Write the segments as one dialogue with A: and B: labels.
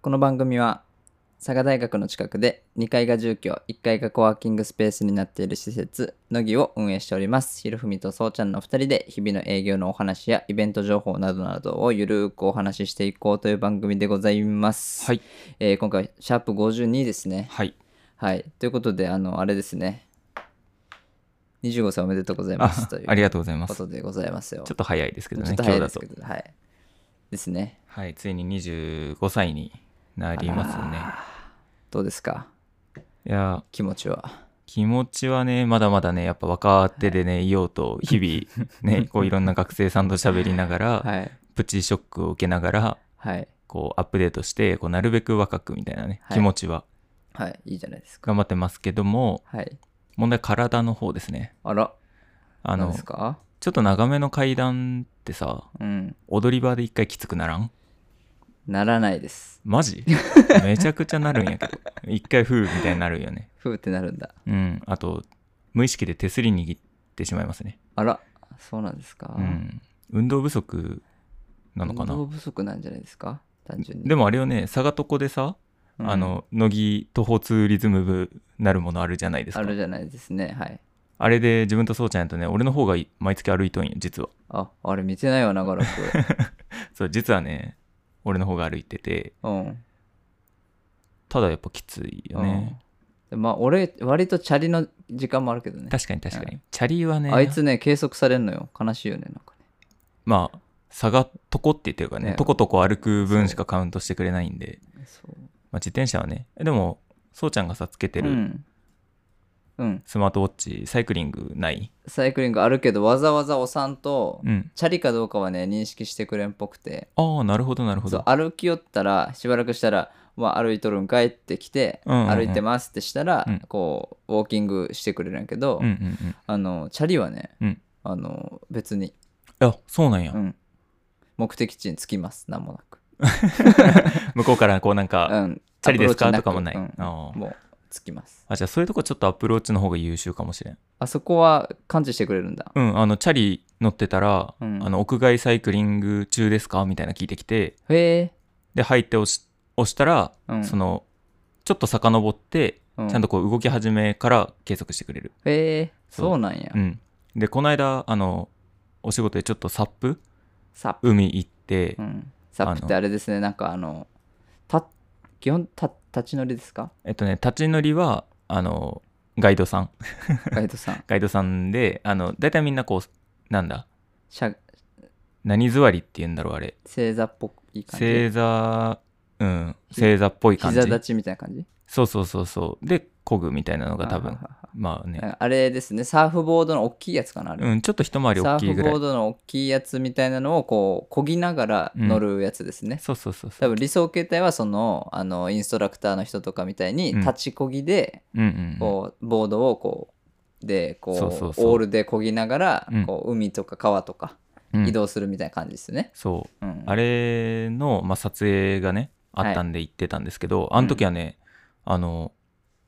A: この番組は佐賀大学の近くで2階が住居1階がコワーキングスペースになっている施設乃木を運営しておりますひろふみとそうちゃんの2人で日々の営業のお話やイベント情報などなどをゆるーくお話ししていこうという番組でございます、
B: はい。
A: えー今回はシャープ52ですね
B: はい。
A: はいということであのあれですね25歳おめでとうございま
B: あ
A: す とい
B: あ
A: う
B: りがとうございま
A: こ
B: す。ちょ
A: とでございますよ
B: っと早いですけど
A: ちょ
B: ね
A: っ、と早
B: 今日
A: いで
B: だ
A: す
B: と
A: け。どはいですね
B: はい。ついに25歳になりますね。
A: どうですか
B: いや、
A: 気持ちは
B: 気持ちはね、まだまだね、やっぱ若手でね、いようと、日々、 ね、こういろんな学生さんと喋りながら、
A: はい
B: プチショックを受けながら、
A: はい
B: こうアップデートして、こうなるべく若くみたいなね、
A: はい
B: 気持ちは
A: はいいいじゃないですか
B: 頑張ってますけども、
A: はい
B: 問題は体の方ですね。
A: あら
B: あ
A: 何
B: の
A: で、すか
B: ちょっと長めの階段ってさ、
A: うん
B: 踊り場で一回きつくならん
A: ならないです
B: マジめちゃくちゃなるんやけど一回フーみたいになるよね
A: ふうってなるんだ
B: うんあと無意識で手すり握ってしまいますね
A: あらそうなんですか、
B: うん運動不足なのか
A: 運
B: な
A: 動不足なんじゃないですか単純に
B: で
A: も、
B: もあれよね佐賀とこでさ、
A: うん
B: あの乃木徒歩ツーリズム部なるものあるじゃないです
A: あ
B: か
A: るじゃないですねはい
B: あれで自分とそうちゃんやとね俺の方が毎月歩いとんよ実は
A: ああれ見てないわ長 らく
B: そう実はね俺の方が歩いてて
A: うん
B: ただやっぱきついよね、
A: でまあ俺割とチャリの時間もあるけどね
B: 確かに確かに、チャリはね
A: あいつね計測されんのよ悲しいよねなんかね
B: まあ差がとこって言ってるからね
A: ね
B: とことこ歩く分しかカウントしてくれないんで、
A: そう
B: まあ、自転車はねえでもそうちゃんがさつけて
A: う
B: る
A: ん、うん、
B: スマートウォッチ、サイクリングない
A: サイクリングあるけどわざわざお産と、
B: うん
A: チャリかどうかはね認識してくれんっぽくて
B: ああなるほどなるほ
A: そう
B: ど
A: 歩き寄ったらしばらくしたら「まあ、歩いとるんかい?」って来て「
B: うんうんうん
A: 歩いてます」ってしたら、
B: うん
A: こうウォーキングしてくれるんやけど、
B: うんうんうん
A: あのチャリはね、
B: うん
A: あの別に、
B: あそうなんや、
A: うん、目的地に着きますなんもなく、
B: 向こうからこうなん
A: う
B: か
A: ん、
B: チャリですか
A: アプローチく
B: とかもない
A: うん
B: あー
A: もう着きます
B: あじゃあそういうとこちょっとアプローチの方が優秀かもしれん
A: あそこは感知してくれるんだ、
B: うんあのチャリ乗ってたら、
A: うん
B: あの屋外サイクリング中ですかみたいな聞いてきて
A: へえ、
B: で入って押し押したら、
A: うん、
B: そのちょっと遡って
A: う
B: ちゃんとこう動き始めから計測してくれる
A: へえ
B: そう
A: そうなんや、
B: うん、でこの間あのお仕事でちょっとサップ
A: サップ、
B: 海行って、
A: うん、サップってあれですねなんかあのた基本た立ち乗りですか
B: えっとね立ち乗りはあのガイドさん
A: ガイドさん
B: ガイドさんであの大体みんなこうなんだ
A: しゃ
B: 何座りって言うんだろうあれ
A: 正座っぽい感じ
B: 正座うん正座っぽい感じ
A: 膝立ちみたいな感じ
B: そうそうそうそうで漕ぐみたいなのが多分
A: あは
B: まあ
A: はは
B: ね、
A: あれですねサーフボードの大きいやつかなあれ、
B: うん、ちょっと一回り
A: サ
B: 大き
A: ー
B: い
A: フ
B: ぐら
A: ボ
B: い
A: ードの大きいやつみたいなのをこう漕ぎながら乗るやつですね、
B: そうそうそうそ
A: 多
B: う
A: 分理想形態はそのあのインストラクターの人とかみたいに
B: うん
A: 立ち漕ぎで
B: うんうんうん
A: こうボードをこうでこう
B: そうそうそう
A: オールで漕ぎながら
B: うん
A: こう海とか川とか
B: うん
A: 移動するみたいな感じですね、
B: そう
A: うん
B: あれの、まあ、撮影がねあったんで行ってたんですけど、あの時はね、あの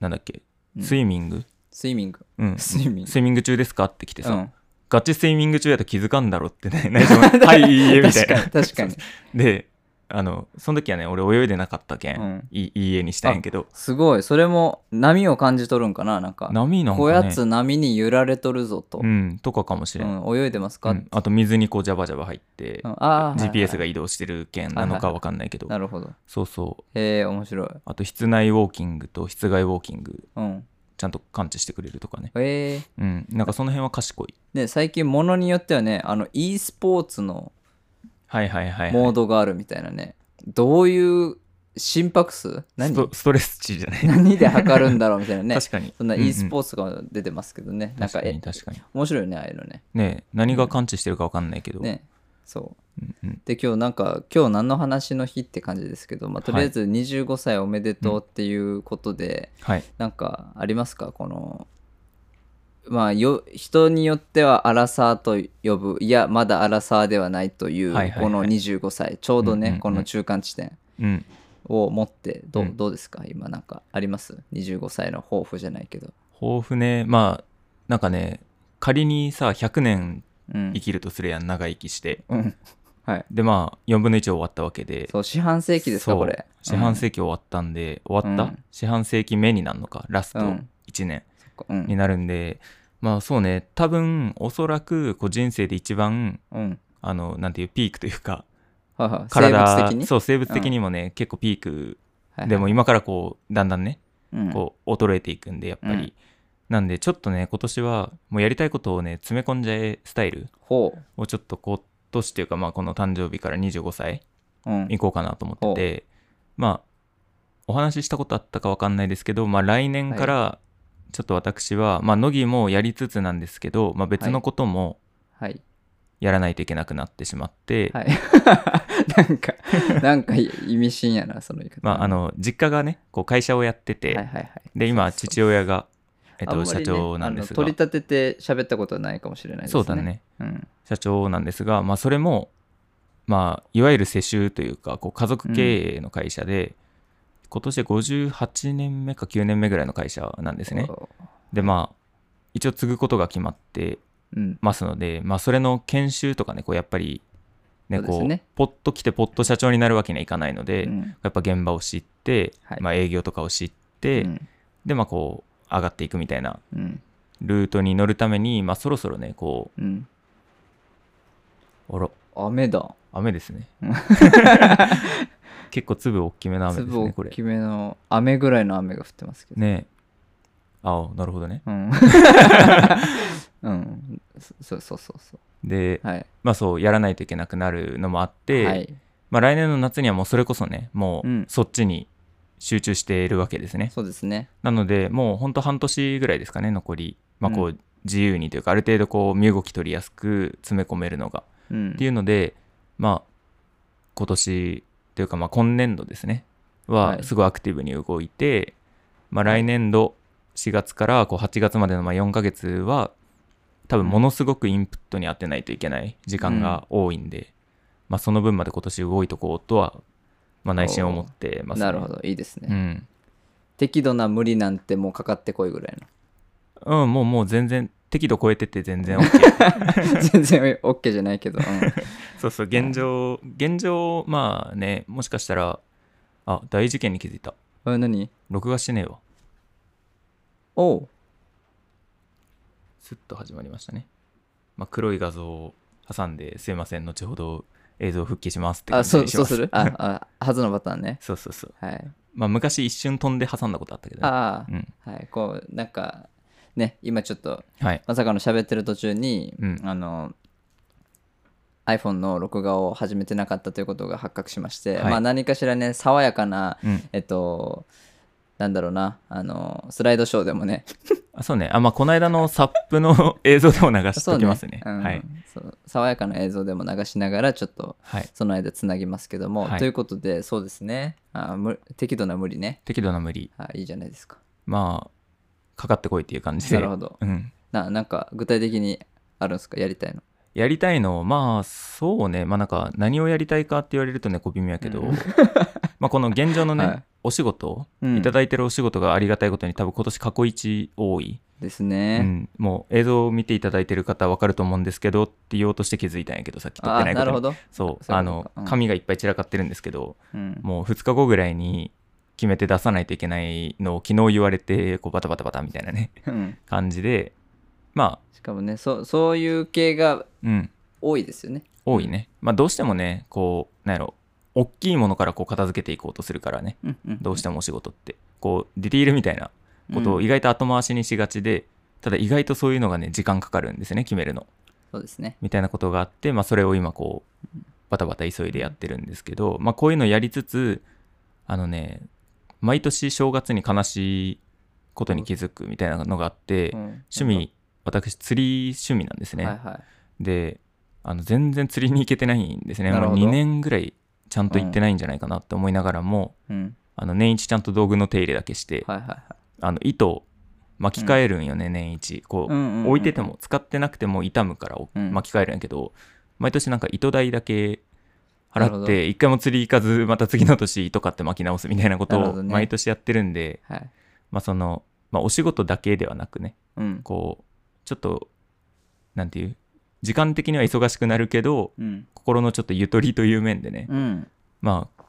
B: なんだっけ
A: うん
B: スイミング、
A: スイミング
B: うん
A: スイミング
B: スイミング中ですかって来て
A: う
B: さ、
A: ん、
B: ガチスイミング中やと気づかんだろってね 内緒のはいいいえみたいな
A: 確かに確かに
B: であのその時はね俺泳いでなかったけん、
A: うん
B: いいいいえにしたんやけど
A: すごいそれも波を感じ取るんかななんか
B: 波なんか、ね、
A: こやつ波に揺られとるぞと
B: う、んとかかもしれん、
A: うん泳いでますか、
B: う
A: うん
B: あと水にこうジャバジャバ入って、
A: んああ
B: GPS が
A: い
B: 移動してるけんなのかわかんないけど、
A: なるほど
B: そうそう
A: へえ面白い、
B: あと室内ウォーキングと室外ウォーキング
A: うん、
B: ちゃんと感知してくれるとかね。
A: へえ
B: うん。なんかその辺は賢い。
A: ね最近ものによってはねあの e スポーツの
B: はいはいはい、はい。
A: モードがあるみたいなね、どういう心拍数
B: ス
A: 何
B: トストレス値じゃない。
A: 何で測るんだろうみたいなね
B: 確かに。
A: そんな e ス
B: ー
A: ポーツが出てますけどね、なんか
B: 確かに
A: え
B: 確かに。
A: 面白いよねああいうのね
B: ねえ何が感知してるかわかんないけど。
A: ねそう
B: うんうん。
A: で今日なんか今日何の話の日って感じですけど、まあ、とりあえず25歳おめでとうっていうことで、
B: はい。
A: なんかありますかこのまあよ人によってはアラサーと呼ぶいやまだアラサーではないという、
B: はいはいはい
A: この25歳ちょうどね、
B: うんうんうん
A: この中間地点
B: うん。
A: を持ってどう
B: うん
A: どうですか今なんかあります25歳の抱負じゃないけど、
B: 抱負ね。まあ、なんかね、仮にさ、100年
A: うん
B: 生きるとするやん、長生きして。
A: うん、はい。
B: でまあ4分の1終わったわけで
A: そう、四半世紀ですか、
B: そう
A: これ。
B: 四半世紀終わったんで、終わった、
A: うん
B: 四半世紀目になるのかラスト
A: うん
B: 1年
A: 紀。うん
B: になるんで、まあそうね多分おそらくこう人生で一番
A: うん。
B: あのなんていうピークとい うか
A: はいはい。生
B: 体
A: 物的に
B: そう生物的にもね、結構ピーク
A: はい
B: でも今からこうだんだんね
A: うん
B: こう衰えていくんでやっぱり、
A: うん
B: なんでちょっとね今年はもうやりたいことをね詰め込んじゃえスタイル
A: ほ
B: をちょっと今年っていうかまあこの誕生日から25歳
A: う。うん。
B: 行こうかなと思っててまあお話ししたことあったかわかんないですけど、まあ、来年からちょっと私は、まあ、乃木もやりつつなんですけど、まあ、別のことも
A: はい。
B: やらないといけなくなってしまって、
A: はい。 なん か、なんか意味深やな、その言い方。
B: まあ、あ、の実家がねこう会社をやってて、
A: はいはいはい。
B: で今
A: そうそう
B: 父親が、えっ
A: あん
B: と、
A: まり
B: 社
A: ね
B: 長なんで
A: あ
B: す
A: の
B: が、
A: 取り立てて喋ったことはないかもしれないですね。
B: そうだ。ね
A: うん。
B: 社長なんですが、まあ、それも、まあ、いわゆる世襲というかこう家族経営の会社で、今年で58年目か9年目ぐらいの会社なんですね。
A: そう
B: でまあ一応継ぐことが決まって
A: うん。
B: ますので、まあ、それの研修とかねこうやっぱりね
A: そうです
B: こう
A: ね
B: ポッと来てポッと社長になるわけにはいかないので、
A: うん
B: やっぱ現場を知って、
A: はい
B: まあ、営業とかを知って、
A: うん
B: でまあこう上がっていくみたいな
A: うん。
B: ルートに乗るために、まあ、そろそろねこ
A: うん。
B: うあら
A: 雨だ。
B: 雨です ね
A: うん
B: 結構粒大きめの雨です
A: 粒
B: ねこ
A: 大
B: れ
A: きめの、雨ぐらいの雨が降ってますけど。
B: ねあなるほどね
A: うん。 うん。そそうそうそ
B: で、
A: う。はい。
B: まあそうやらないといけなくなるのもあって、
A: はい。
B: まあ、来年の夏にはもうそれこそねもうんうそっちに集中しているわけですね、
A: そうですね。
B: なのでもうほんと半年ぐらいですかね残り、まあ、こ
A: う
B: う自由にというかある程度こう身動き取りやすく詰め込めるのが
A: うん。
B: っていうのでまあ今年というかまあ今年度ですね
A: は
B: はいすごいアクティブに動いて、まあ、来年度4月からこう8月までのまあ4ヶ月は多分ものすごくインプットに当てないといけない時間が多いんで、まあ、その分まで今年動いとこうとは、まあ、内心思ってます、ね、
A: なるほど。いいですね。
B: うん、
A: 適度な無理なんてもうかかってこいぐらい
B: うん、もうもう全然適度超えてて全 然 OK
A: の 全然 OK じゃないけど、う
B: そうそう現状現状まあねもしかしたらあ大事件に気づいた
A: ん、あ何
B: 録画してねえわ
A: おう
B: スッと始まりましたね、まあ、黒い画像を挟んですいません後ほど映像復帰しますって感
A: あ
B: じ
A: そ
B: に
A: う
B: し
A: そ
B: ま
A: う
B: す
A: するああはずのパターンね
B: そうそうそう
A: はい
B: まあ昔一瞬飛んで挟んだことあったけど、ね、
A: あ
B: うん
A: あはいこうなんかね今ちょっと
B: はい
A: まさかの喋ってる途中に、
B: うん
A: あの iPhone の録画を始めてなかったということが発覚しまして、
B: はい
A: まあ何かしらね爽やかな
B: うん、
A: えっとなんだろうなあのスライドショーでもね
B: あそうねあまあこの間のサップ の映像でも流 して
A: そう
B: おきますね
A: うん
B: はい、
A: そう爽やかな映像でも流しながらちょっと
B: はい、
A: その間つなぎますけども、
B: はい
A: ということでそうですねあむ適度な無理ね
B: 適度な無理
A: あいいじゃないですか
B: まあかかってこいっていう感じで
A: なるほど
B: うん、
A: ななんか具体的にあるんですかやりたいの
B: やりたいのまあそうねまあなんか何をやりたいかって言われるとね小微妙やけど、
A: うん
B: まあこの現状の ね、
A: はい
B: お仕事、
A: うん
B: いただいてるお仕事がありがたいことに多分今年過去一多い、
A: です
B: う
A: ね、
B: ん、もう映像を見ていただいてる方分かると思うんですけどって言おうとして気づいたんやけどさっき撮っ
A: あ
B: て
A: あ
B: ない
A: な
B: こ
A: る
B: と
A: ほ
B: に
A: ど、そういう
B: そう
A: ことか
B: あの
A: うん
B: 紙がいっぱい散らかってるんですけど
A: うん、
B: もう2日後ぐらいに決めて出さないといけないのを昨日言われてこうバタバタバタみたい なね
A: うん
B: 感じでま
A: しかもねそそういう系が
B: あうん
A: 多いですよね
B: 多いね、まあどうしてもねこうなんやろ大きいものからこう片付けていこうとするからね
A: うんうん
B: どうしてもお仕事ってこうディティールみたいなことを
A: うん
B: 意外と後回しにしがちで、ただ意外とそういうのがね時間かかるんですね決めるの
A: そうですね
B: みたいなことがあって、まあ、それを今こうバタバタ急いでやってるんですけど、まあ、こういうのやりつつあのね毎年正月に悲しいことに気づくみたいなのがあって、
A: うん
B: 趣味私釣り趣味なんですね、
A: はいはい
B: であの全然釣りに行けてないんですね
A: なるほど
B: 2年ぐらいちゃんと行ってないんじゃないかなって思いながらも、
A: うん
B: あの年一ちゃんと道具の手入れだけして、
A: はいはいはい
B: あの糸を巻き替えるんよね、年一こう、
A: うんうんうん
B: 置いてても使ってなくても傷むからお
A: うん
B: 巻き替えるんやけど、毎年なんか糸代だけ
A: なるほ
B: 払っ
A: ど
B: て一回も釣り行かずまた次の年糸買って巻き直すみたいなこと
A: なるほ
B: を
A: どね
B: 毎年やってるんで
A: はい
B: まあその、まあ、お仕事だけではなくね
A: うん
B: こうちょっとなんていう時間的には忙しくなるけど
A: うん。
B: 心のちょっとゆとりという面でね、
A: うん。
B: まあ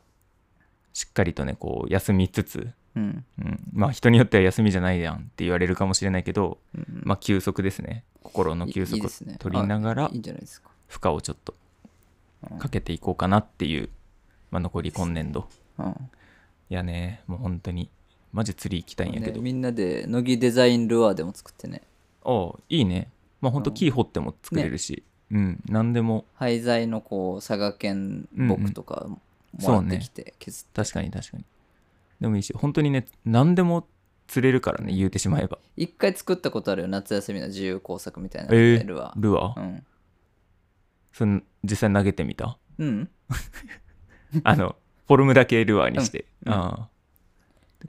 B: しっかりとねこう休みつつ、
A: うん。
B: うん、まあ人によっては休みじゃないやんって言われるかもしれないけど、
A: うん
B: まあ休息ですね心の休
A: いいい
B: 息
A: で
B: を
A: すね
B: 取りながら
A: あいいんじゃないですか。
B: 負荷をちょっとかけていこうかなっていう、まあ、残り今年度
A: うん。
B: いやねもう本当にマジ釣り行きたいんやけ
A: ね
B: ど、
A: みんなで乃木デザインルアーでも作ってね。
B: おういいねまあ本当
A: うん
B: 木掘っても作れるし、うん何でも
A: 廃材のこう佐賀県僕とかもらってきて削って、
B: 確かに確かにでもいいし本当にね何でも釣れるからね言うてしまえば
A: 一回作ったことあるよ夏休みの自由工作みたいなの
B: え
A: で
B: ー
A: ルアー、
B: ルアー、
A: うん
B: その実際投げてみた
A: うん
B: あのフォルムだけルアーにして、
A: うんうん
B: ああ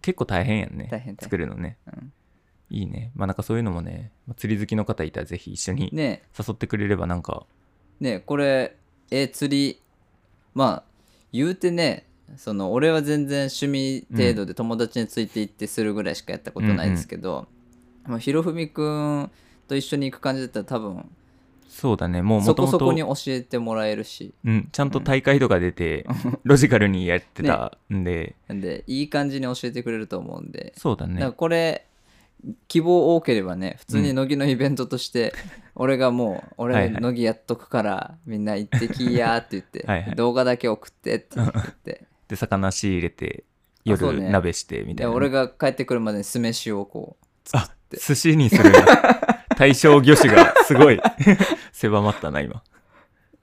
B: 結構大変やんね
A: 大変大変
B: 作るのね
A: うん
B: いいねまあなんかそういうのもねまあ釣り好きの方いたらぜひ一緒に
A: ね
B: 誘ってくれればなんか、
A: えねえこれえー釣りまあ言うてねその俺は全然趣味程度で友達について行ってするぐらいしかやったことないですけど、まあ、ひろふみくんと一緒に行く感じだったら多分
B: そうだねもうも
A: そ
B: と
A: こ
B: も
A: そことに教えてもらえるし
B: うん、ちゃんと大会とか出て、ロジカルにやってたんで、
A: なんでいい感じに教えてくれると思うんで
B: そうだ
A: だから
B: ね
A: これ希望多ければね普通に乃木のイベントと して、俺がもう
B: は
A: 俺
B: いはい
A: 乃木やっとくからみんな行ってきやーって言って
B: はいはい
A: 動画だけ送ってって言って
B: で魚仕入れて
A: あそう
B: 夜
A: ね
B: 鍋してみた
A: で
B: いな、
A: 俺が帰ってくるまでに酢飯をこう
B: あ寿司にする んだ対象魚種がすごい 狭まったな今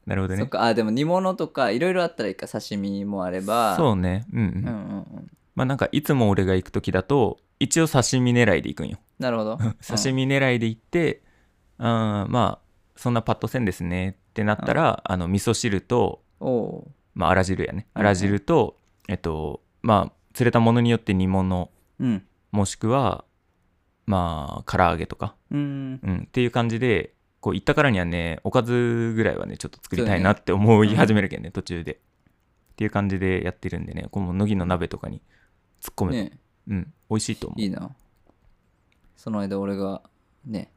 B: なるほど
A: そっ
B: ね
A: かあでも煮物とかいろいろあったらいいか刺身もあれば
B: そうねうん、うん
A: うんうんうん
B: まあなんかいつも俺が行く時だと一応刺身狙いで行くんよ
A: なるほ ど
B: 刺身狙いで行って、うん、まあそんなパッとせんですねってなったら、あの味噌汁と
A: うんお
B: まあ、あら汁やね。
A: うん
B: あら汁と、えっと、まあ、釣れたものによって煮物、
A: ううん
B: もしくは、まあ、唐揚げとか、
A: うん
B: うん、っていう感じで、こう、行ったからにはね、おかずぐらいはね、ちょっと作りたいなって思い始めるけんね、途中で。っていう感じでやってるんでね、この乃木の鍋とかに突っ込めば、
A: ね
B: うん、美味しいと思う。
A: いいなその間俺がね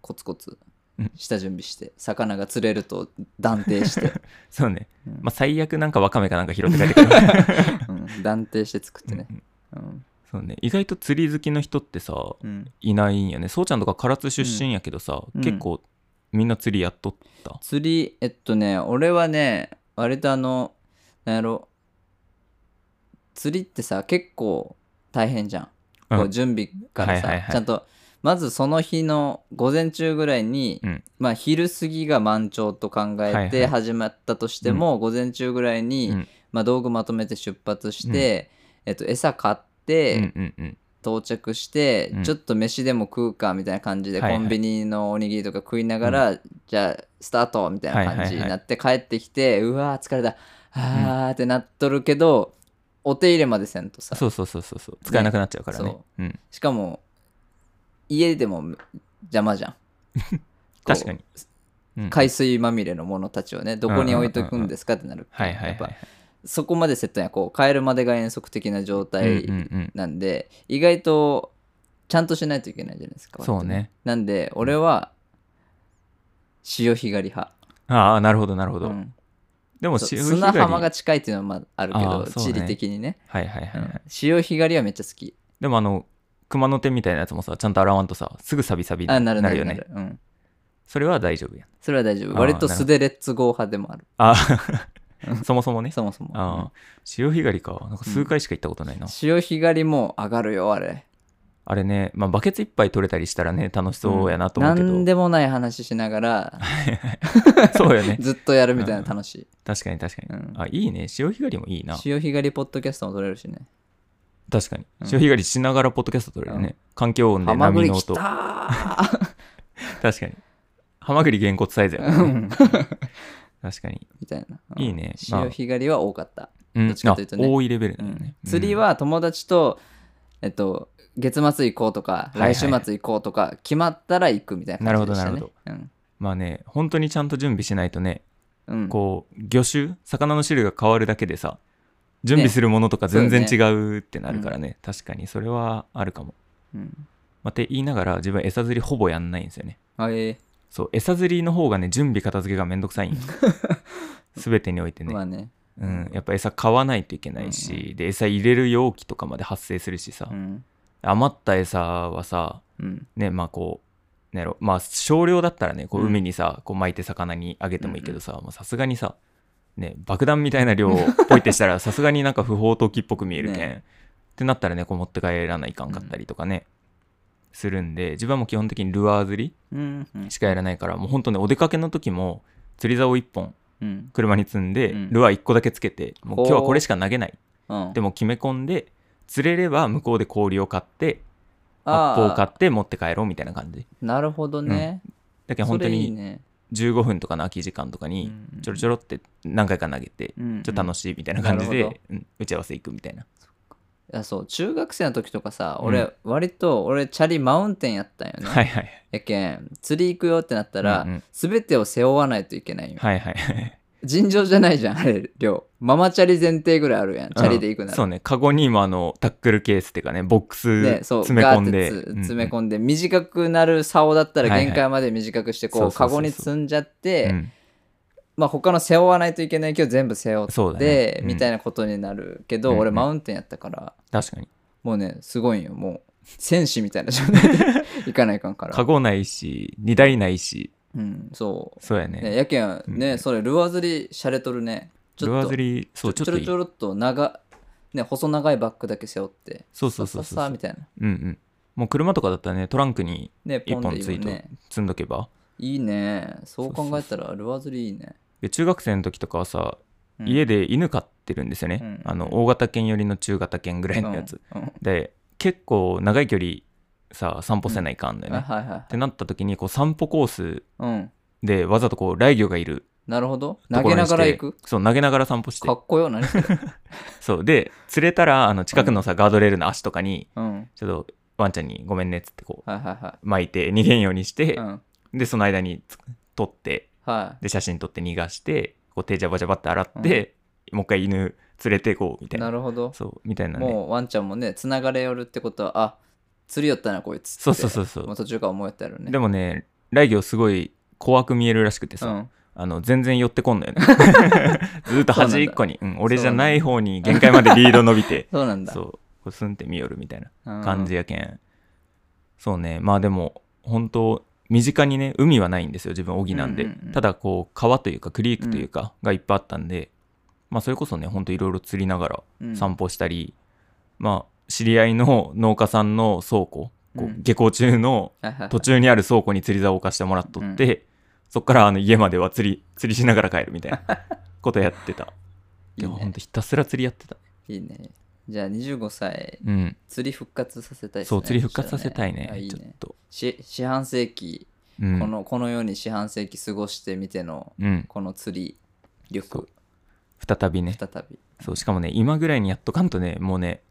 A: コツコツ
B: うん
A: 下準備して、魚が釣れると断定 して、
B: そうね。
A: うん
B: まあ、最悪なんかわかめかなんか拾って帰ってくる。
A: うん断定して作 ってね
B: うん
A: うん
B: そうね。意外と釣り好きの人ってさ、
A: うん
B: いないんよね。そうちゃんとか唐津出身やけどさ、
A: うん
B: 結構みんな釣りやっとった。
A: 釣りえっとね俺はね割とあのなんやろ釣りってさ結構大変じゃん、
B: うん
A: こう準備からさ、
B: はいはいはい
A: ちゃんとまずその日の午前中ぐらいに、
B: うん
A: まあ昼過ぎが満潮と考
B: は
A: え
B: いは
A: て
B: い
A: 始まったとしても、午前中ぐらいに、
B: うん
A: まあ、道具まとめて出発して、えっと、餌買って、
B: うんうんうん。
A: 到着して、
B: うん
A: ちょっと飯でも食うかみたいな感じで、
B: はいはい
A: コンビニのおにぎりとか食いながら、じゃあスタートみたいな感じになって、帰ってきてうわー疲れたあーってなっとるけど、お手入れまでせんとさ
B: そうそうそうそうそう使えなくなっちゃうからね
A: そ
B: うん
A: しかも家でも邪魔じゃんこう
B: 確かに、うん
A: 海水まみれのものたちをねどこに置いとくんですかってなる
B: はいはい
A: やっ
B: は
A: ぱ
B: い
A: そこまでセットやこう帰るまでが遠足的な状態
B: うんうんうん
A: なんで、意外とちゃんとしないといけないじゃないですか。
B: そうね
A: 割と。なんで、俺は、潮干狩り派。
B: ああなるほどなるほど、
A: うん
B: でも
A: そう
B: 潮干
A: 砂
B: 狩り
A: 浜が近いっていうのはまああるけ
B: あ
A: ど、
B: ーそう
A: 地
B: ね
A: 理的にね。
B: はいはいはい、はい
A: うん潮干狩りはめっちゃ好き。
B: でもあの熊の手みたいなやつもさちゃんと洗わんとさすぐサビサビに
A: あ、な
B: な
A: るな
B: る
A: る
B: よ
A: な
B: ね
A: る。うん。
B: それは大丈夫やん
A: それは大丈
B: あ
A: 夫。
B: ー
A: 割と素でレッツゴー派でもある。
B: ああ そもそもね
A: そもそも。
B: ああ潮干狩りかなんか数回しか行ったことない
A: う
B: な、
A: ん潮干狩りも上がるよ、あれ。
B: あれね、まあ、バケツ一杯取れたりしたらね楽しそうやなと思うけど、
A: なんでもない話しながら、
B: そうよね
A: ずっとやるみたいな楽しい。
B: 確かに確かに、
A: うん
B: あいいね潮干狩りもいいな
A: 潮干狩りポッドキャストも撮れるしね。
B: 確かに
A: うん
B: 潮干狩りしながらポッドキャスト撮れるね、
A: うん
B: 環境音で
A: ハマグ
B: 波
A: リ
B: の
A: 来た
B: 音
A: ー
B: 確かに。ハマグリげんこつサイズやからね、 確かに。
A: みたいな。
B: いいねまあ
A: 潮干狩りは多かった。
B: うん
A: どっちかというとね
B: あ多いレベルだよね。
A: 釣りは友達と、えっと、月末行こうとか、
B: はいはい
A: 来週末行こうとか、決まったら行くみたいな感じでしたね。
B: なるほ
A: ど、なる
B: うん、まあね、本当にちゃんと準備しないとね、
A: ほど。うん。
B: こう、魚種、魚の種類が変わるだけでさ、準備するものとか全然
A: ねそ
B: 違うってなるからね、確かにそれはあるかも。
A: うん。
B: まあ、って言いながら、自分餌釣りほぼやんないんですよね。
A: あえー
B: そう餌釣りの方がね準備片付けがめんどくさいん よ全てにおいてね、
A: まあね。
B: うん、やっぱ餌買わないといけないし、
A: うん
B: で餌入れる容器とかまで発生するしさ、
A: うん。
B: 余った餌はさ
A: うん。
B: ねまあこうなんやろまあ少量だったらねこう
A: うん
B: 海にさ、こう巻いて魚にあげてもいいけどさまあさすがにさね爆弾みたいな量をポイっ てしたらさすがになんか不法投棄っぽく見えるけん、
A: ね
B: ってなったらねこう持って帰らないかんかったりとかね、するんで自分はもう基本的にルアー釣
A: うん。うん
B: りしかやらないからもうほんとねお出かけの時も釣り竿1本
A: うん。
B: 車に積んで、
A: うん
B: ルアー1個だけつけてもう
A: ほう
B: 今日はこれしか投げない
A: うん。
B: でも決め込んで釣れれば向こうで氷を買って
A: あ
B: 発
A: ー
B: 泡買って持って帰ろうみたいな感じ
A: なるほどね。
B: だけど
A: そ
B: 本当
A: れいい
B: に
A: ね。
B: 15分とかの空き時間とかにちょろちょろって何回か投げて
A: うんうん
B: ちょっと楽しいみたいな感じ
A: なるほ
B: で、うん打ち合わせ行くみたいない
A: やそう中学生の時とかさ
B: うん
A: 俺、割と俺チャリマウンテンやったんよね、
B: はいはい
A: やけん釣り行くよってなったら、
B: うんうん
A: 全てを背負わないといけないよ、
B: は いはい
A: 尋常じゃないじゃんあれ量ママチャリ前提ぐらいあるやんチャリで行く
B: う
A: なんら、
B: そうねカゴにもあのタックルケースっていうかねボックス
A: ね、そう
B: 詰め込ん
A: ガー
B: で
A: ってつ詰め
B: ん
A: 込んで、短くなる竿だったら
B: はいはい
A: 限界まで短くしてこう、
B: そうそうそうそう
A: カゴに積んじゃっ
B: で
A: て、
B: うん
A: まあ他の背負わないといけないけど全部背負
B: そう
A: っ
B: だ
A: て、
B: ねうん
A: みたいなことになるけど、
B: うんうん
A: 俺マウンテンやったから
B: 確かに
A: もうねすごいんよもう戦士みたいな状 態で行かないかんから
B: カゴないし荷台ないし
A: うんそ
B: そうや
A: う、ね、
B: ね
A: やけんね、
B: うん
A: それルアー釣りシャレとるねち
B: ル
A: ょっ
B: アー
A: と
B: 釣りそうちょっ
A: ちょ
B: と
A: ろ
B: いい
A: ちょろっと長ね細長いバッグだけ背負って
B: そうそうそうそう
A: さっさっさみたいな
B: うんうんもう車とかだったらねトランクに
A: ねポ
B: 1
A: ンっ
B: 本
A: て
B: つ
A: い
B: い
A: い
B: と
A: ね
B: 積んどけば
A: いいねそう考えた
B: そうそう
A: らルアー釣りいいね
B: で中学生の時とかはさ、
A: うん
B: 家で犬飼ってるんですよね、
A: うん
B: あの大型犬寄りの中型犬ぐらいのやつ、
A: うんうん
B: で結構長い距離さ散歩せないかんのよね、
A: あ
B: っ
A: はいはい
B: てなった時にこう散歩コース
A: うん
B: でわざとこう雷魚がいる
A: なるほど
B: と
A: 投
B: ころ
A: げ
B: に
A: な
B: して
A: がら行く
B: そう投げながら散歩して
A: かっこよ何それ
B: そうで釣れたらあの近くのさ、ガードレールの足とかに
A: うん
B: ちょっとワンちゃんにごめんねっつってこ
A: はいはいは
B: う巻いて逃げんようにして
A: い、うん
B: でその間につ撮って
A: は
B: で写真撮って逃がしてこう手ジャバジャバって洗って、もう一回犬連れてこうみた
A: い
B: いな
A: なるほど
B: そうみたいなね
A: もうワンちゃんもねつながれよるってことはあ釣りよったなこいつって
B: そうそうそうそう
A: もう途中から思えたやろね
B: でもね雷魚すごい怖く見えるらしくてさ、
A: うん
B: あの全然寄ってこん のよねずーっと端っこに、うん、俺じゃない方に限界までリード伸びて
A: そうなんだ
B: そうこうスンって見よるみたいな
A: うん
B: 感じやけん、そうねまあでも本当身近にね海はないんですよ自分荻なんで、
A: うんうんうん
B: ただこう川というかクリークというかがいっぱいあったんで、まあそれこそねほんといろいろ釣りながら
A: うん
B: 散歩したり、まあ知り合いの農家さんの倉庫こ
A: う
B: うん下校中の
A: はい はいはい
B: 途中にある倉庫に釣り竿を貸してもらっとって、そっからあの家までは釣り釣りしながら帰るみたい なことやってた
A: いい
B: でもほん
A: ね
B: とひたすら釣りやってた
A: いいねじゃあ25歳
B: うん
A: 釣り復活させたいですね
B: そう釣り復活させたいね
A: あいい
B: ちょっ
A: ね
B: と、
A: し四半世紀
B: うん、
A: このこのように四半世紀過ごしてみての
B: うん
A: この釣り力
B: 再びね
A: 再び
B: そうしかもね今ぐらいにやっとかんとねもうね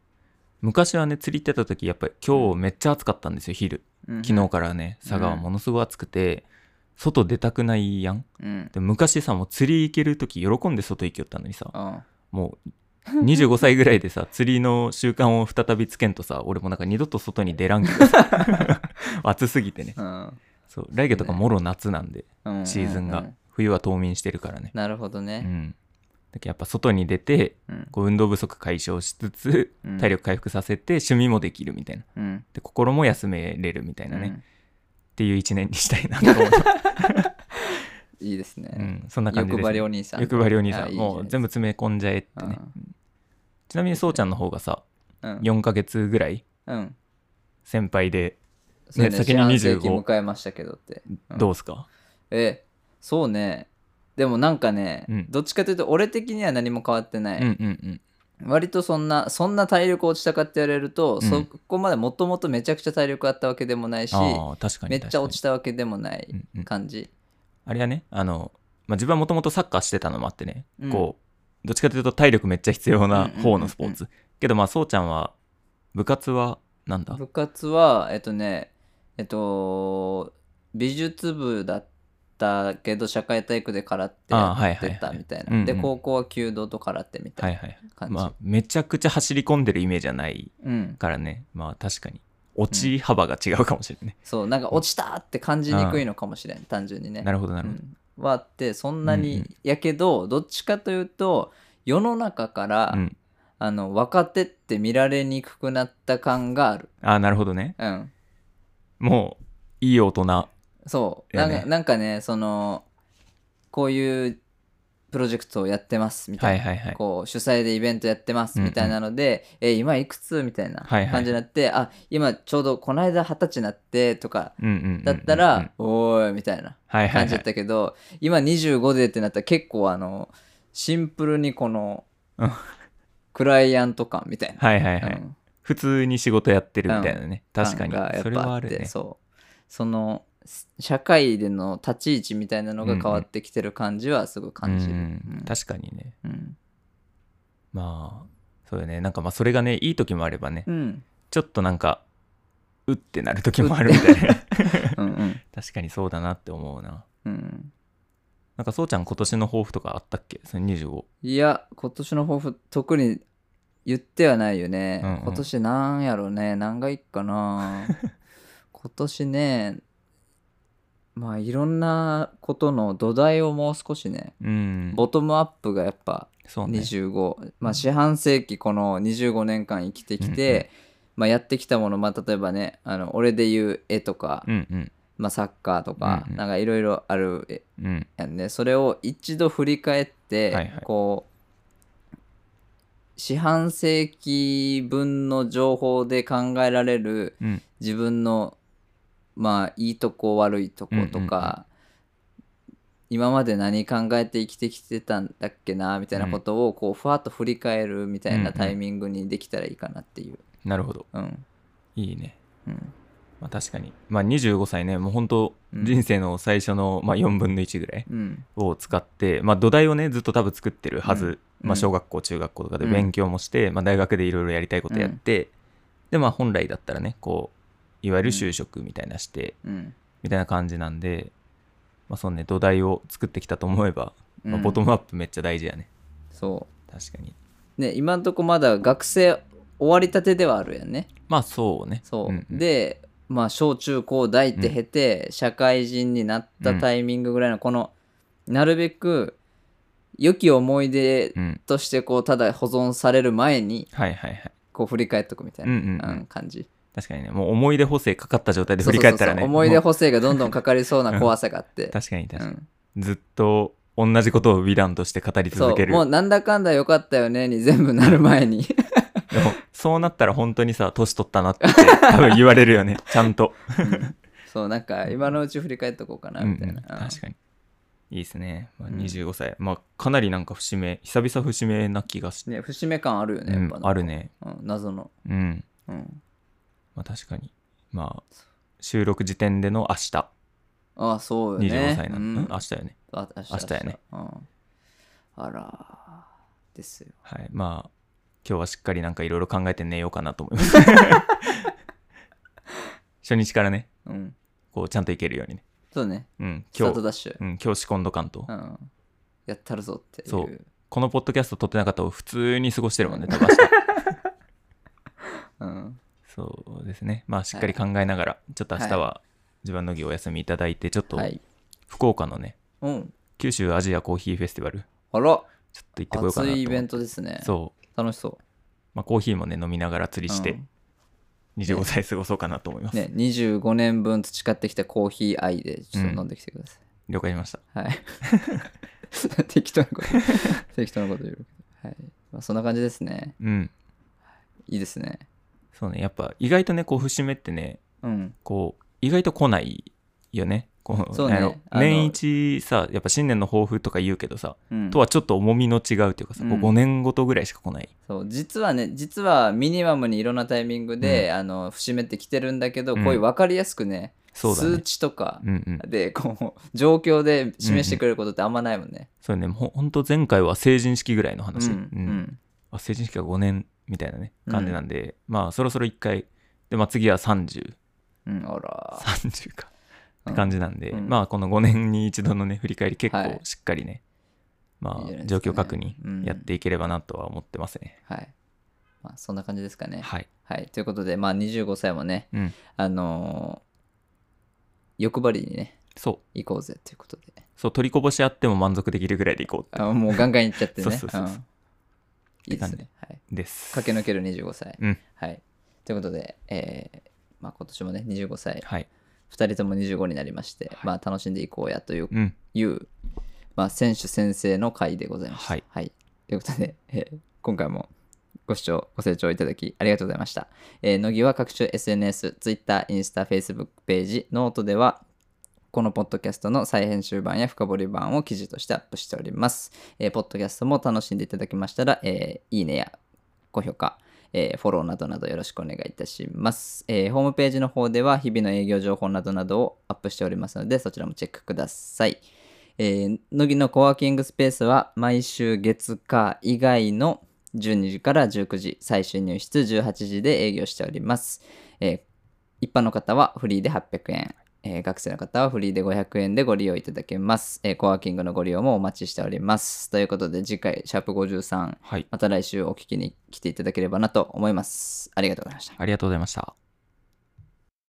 B: 昔はね釣り行ってた時やっぱり今日めっちゃ暑かったんですよ昼
A: うん
B: 昨日からね佐賀はものすごい暑くて、外出たくないやん
A: うん
B: で昔さもう釣り行ける時喜んで外行きよったのにさ
A: うん
B: もう25歳ぐらい でさ釣りの習慣を再びつけんとさ俺もなんか二度と外に出らんけ どさ暑すぎてね
A: うん
B: そう来月とかもろ夏なんで
A: うん
B: シーズン
A: うんう
B: が
A: ん
B: 冬は冬眠してるからね
A: なるほど
B: う
A: ね
B: んだけどやっぱ外に出て
A: うん
B: こう運動不足解消しつつ
A: うん
B: 体力回復させて趣味もできるみたいな
A: うん
B: で心も休めれるみたいなね、
A: う
B: っ
A: ん
B: ていう一年にした いなと思って、
A: いいです
B: う
A: ね
B: ん、そんな感じで
A: 欲
B: す
A: 張りお兄さん
B: 欲張りお兄さ
A: あい
B: ん
A: い
B: もう全部詰め込んじゃえってね
A: う
B: ちなみにそうちゃんの方がさ
A: うん
B: 4ヶ月ぐらい
A: うん
B: 先輩で
A: そうね
B: 先
A: 四
B: に
A: 半
B: 25
A: 世紀迎えましたけどってうん
B: どうすか、
A: えそうねでもなんかね、
B: うん
A: どっちかというと俺的には何も変わってな
B: う
A: い、
B: ん、うんうん
A: 割とそんなそんな体力落ちたかって言われると、
B: ん
A: そこまでもともとめちゃくちゃ体力あったわけでもないし
B: ああ確かに
A: めっちゃ落ち
B: ち
A: たわけでもない
B: うんうん、
A: 感じ、
B: あれはねあの、まあ、自分はもともとサッカーしてたのもあってね、
A: うん
B: こうどっちかというと体力めっちゃ必要な方のスポーツ、けどまあそうちゃんは部活はなんだ
A: 部活はえっとねえっと美術部だったけど社会体育で空手や
B: あーはい
A: っ
B: はい
A: て
B: は
A: た
B: い
A: みたい
B: うんう
A: なんで高校は弓道と空手みた
B: はいい
A: な
B: はい
A: 感じ、
B: まあめちゃくちゃ走り込んでるイメージはない
A: うん
B: からねまあ確かに落ち幅が違うかもしれない、
A: そうなんか落ちたって感じにくいのかもしれん、単純にね
B: なるほどなるほど、
A: うん、はあってそんなに、
B: うんうん
A: やけどどっちかというと世の中から、
B: うん
A: あの若手って見られにくくなった感がある
B: ああなるほどね
A: うん
B: もういい大人
A: そう
B: いや
A: なん
B: ね
A: かなんかねそのこういうプロジェクトをやってますみたいな、
B: はいはいはい
A: こう主催でイベントやってます
B: うんうん
A: みたいなので、え今いくつみたいな
B: はいはい
A: 感じになって、あ今ちょうどこの間二十歳になってとか
B: うんうんうんうん
A: だったら、おーいみたいな
B: はいはい
A: 感
B: は
A: じだっ
B: い
A: たけど、今25でってなったら結構あのシンプルにこの
B: うん
A: クライアント感みたいな。
B: はいはいはい、
A: うん
B: 普通に仕事やってるみたいなね、確かに
A: 感がやっ
B: それ
A: ぱ
B: は
A: あっ
B: あ
A: て
B: るね
A: そうその社会での立ち位置みたいなのが変わってきてる感じはすごい感じる。
B: う
A: うんん
B: 確かにね
A: うん
B: まあそうだねなんかまあそれがねいい時もあればね、
A: うん
B: ちょっとなんかうってなる時もあるみたい
A: う
B: な
A: んうん
B: 確かにそうだなって思うな
A: うん
B: なんかそうちゃん今年の抱負とかあったっけその25
A: いや、今年の抱負、特に言ってはないよね。
B: うんうん
A: 今年なんやろうね。何がいいか な。今年ね、まあいろんなことの土台をもう少しね、
B: うん
A: ボトムアップがやっぱ
B: そうね
A: 25、まあ四半世紀この25年間生きてきて、
B: うんうん
A: まあやってきたもの、まあ例えばね、あの俺で言う絵とか、
B: うんうん
A: まあサッカーとか、
B: うんうん
A: なんかいろいろあるえ
B: うん
A: やんねそれを一度振り返って、
B: はいはい
A: こう四半世紀分の情報で考えられる
B: うん
A: 自分のまあいいとこ悪いとことか、今まで何考えて生きてきてたんだっけなみたいなことをこうふわっと振り返るみたいなタイミングにできたらいいかなっていう。
B: なるほど
A: うん
B: いいね
A: うん
B: まあ確かにまあ25歳ねもう本当
A: うん
B: 人生の最初の、まあ、4分の1ぐらい
A: うん
B: を使って、まあ、土台をねずっと多分作ってるはず、
A: うう
B: まあ、
A: ん
B: 小学校中学校とかで
A: うん
B: 勉強もして、まあ、大学でいろいろやりたいことやって、でまあ本来だったらねこういわゆる就職みたいなして、
A: うん
B: みたいな感じなんで、まあ、そのね土台を作ってきたと思えば、
A: うん
B: まあボトムアップめっちゃ大事やね
A: そ
B: 確かに
A: うね今んとこまだ学生終わりたてではあるやんね。
B: まあそうね
A: そう、
B: んん
A: でまあ小中高大って経て、社会人になったタイミングぐらいのこの、なるべく良き思い出
B: うん
A: としてこうただ保存される前に
B: はいはいはい
A: こう振り返っとくみたい
B: うん
A: な、
B: うんうん
A: うん感じ
B: 確かにねもう思い出補正かかった状態で振り返ったらね
A: そうそうそう思い出
B: も
A: 補正がどんどんかかりそうな怖さがあって、
B: う確かに確かに、
A: うん
B: ずっと同じことを美談として語り
A: そ
B: 続け
A: う
B: る
A: もうなんだかんだ良かったよねに全部なる前に
B: でも、 そうなったら本当にさ、年取ったなって多分言われ るよね、ちゃんと。
A: そうなんか今のうち振り返っとこうかな
B: うんう
A: み
B: ん
A: たいな、うん
B: 確かに。いいですね。まあ、
A: うん
B: 25歳。まあ、かなりなんか節目、久々節目な気がして、
A: ね節目感あるよねや
B: う
A: っ
B: ん
A: ぱ、、
B: ある、ね。
A: うん、謎の、
B: うん。
A: うん、
B: まあ、確かに。まあ、収録時点での明日、
A: ああそうよね
B: 25歳な
A: うん
B: の、うん、明日よね。
A: あ明日
B: 明日やね。
A: 明日うん、あらー、ですよ。
B: はい。まあ、今日はしっかりなんかいろいろ考えて寝ようかなと思います。 初日からね、
A: うん。
B: こう、ちゃんといけるようにね。
A: そうね。
B: うん、
A: スタ
B: 今
A: ート
B: 日、
A: ダッシュ。
B: うん、今日仕込んどかんと。
A: うん。やったるぞっていう。
B: そうこのポッドキャスト撮ってなかったを普通に過ごしてるもんね、多 分明日。
A: うん。
B: そうですね。まあ、しっかり考えながら、ちょっと明日は自分の儀お休みいただいて、ちょっと
A: はい。
B: 福岡のね、
A: うん。
B: 九州アジアコーヒーフェスティバル、
A: あら、
B: ちょっと行ってこようか
A: 熱
B: なと思
A: い
B: っ
A: イ
B: て。
A: ベントですね。
B: そう。
A: 楽しそ
B: まあ、コーヒーもね、飲みながら釣
A: う。
B: りして、25歳過ごそうかなと思いま
A: うん
B: す。
A: ね、25年分培ってきたコーヒー愛でちょっと飲んできてください。
B: 了解しました。
A: はい。 適当なこと、適当なこと言う。はい。まあ、そんな感じですね。
B: うん。
A: いいですね。
B: そうね。やっぱ、意外とね、こう、節目ってね、
A: うん。
B: こう、意外と来ないよね。こう、
A: そうね
B: なんやろ
A: あの
B: 年一さ、やっぱ新年の抱負とか言うけどさ、
A: うん、
B: とはちょっと重みの違うというかさ、こう
A: うん
B: 5年ごとぐらいしか来ない。
A: そう実はね実はミニマムにいろんなタイミングで、あの節目ってきてるんだけど、
B: うん
A: こういう分かりやすくね
B: そうだね
A: 数値とか
B: うんうん。
A: でこう状況で示してくれることってあんまないもんね。
B: そうね、ほんほんと前回は成人式ぐらいの
A: う
B: 話。
A: ん
B: うんあ成人式が5年みたいなね感じなんで、まあそろそろ1回で、まあ、次は3030
A: うんうんあら
B: かって感じなんで、
A: うん
B: まあこの5年に一度のね振り返り結
A: は
B: 構
A: い
B: しっかりね、
A: いいじゃ
B: ま
A: な
B: あ
A: いです
B: 状
A: かね
B: 況確認やっていければなとは思ってますね、
A: はいまあ、そんな感じですかね。
B: はい。
A: はい、ということで、まあ、25歳もね、
B: うん。
A: あのー欲張りにね、
B: そう。
A: 行こうぜということで。
B: そう、取りこぼしあっても満足できるぐらいでいこう
A: あもうガンガン行っちゃってね。
B: そうそうそうそうん
A: いいですね。はい、
B: です。
A: 駆け抜ける25歳。
B: うん
A: はい、ということで、えーまあ、今年もね、25歳、
B: はい。
A: 2人とも25になりまして、まあ、楽しんでいこうやという
B: うん。
A: いう、まあ、選手先生の回でございました。
B: はい
A: ということで、えー今回もご視聴、ご清聴いただきありがとうございました。えー乃木は各種 SNS、Twitter、インスタ、Facebook ページ、ノートでは、このポッドキャストの再編集版や深掘り版を記事としてアップしております。えーポッドキャストも楽しんでいただきましたら、えーいいねや高評価、えーフォローなどなどよろしくお願いいたします、えーホームページの方では日々の営業情報などなどをアップしておりますので、そちらもチェックください。えー、乃木のコワーキングスペースは毎週月火以外の12時から19時、最終入室18時で営業しております。えー一般の方はフリーで800円、えー学生の方はフリーで500円でご利用いただけます。えーコワーキングのご利用もお待ちしております。ということで次回、シャープ53、
B: はい。
A: また来週お聞きに来ていただければなと思います。ありがとうございました。
B: ありがとうございました。